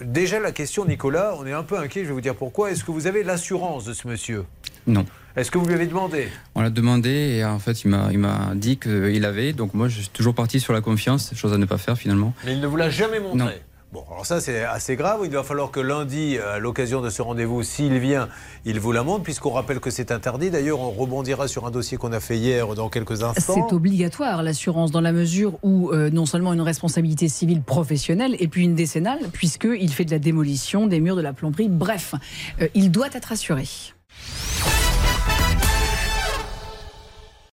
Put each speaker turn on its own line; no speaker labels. Déjà la question, Nicolas, on est un peu inquiet, je vais vous dire pourquoi. Est-ce que vous avez l'assurance de ce monsieur
Non.
Est-ce que vous lui avez demandé
On l'a demandé et en fait, il m'a, il m'a dit qu'il avait. Donc moi, je suis toujours parti sur la confiance, chose à ne pas faire finalement.
Mais il ne vous l'a jamais montré
Non.
Bon, alors ça c'est assez grave. Il va falloir que lundi, à l'occasion de ce rendez-vous, s'il vient, il vous la montre, puisqu'on rappelle que c'est interdit. D'ailleurs, on rebondira sur un dossier qu'on a fait hier dans quelques instants.
C'est obligatoire l'assurance dans la mesure où euh, non seulement une responsabilité civile professionnelle et puis une décennale puisqu'il fait de la démolition des murs de la plomberie. Bref, euh, il doit être assuré.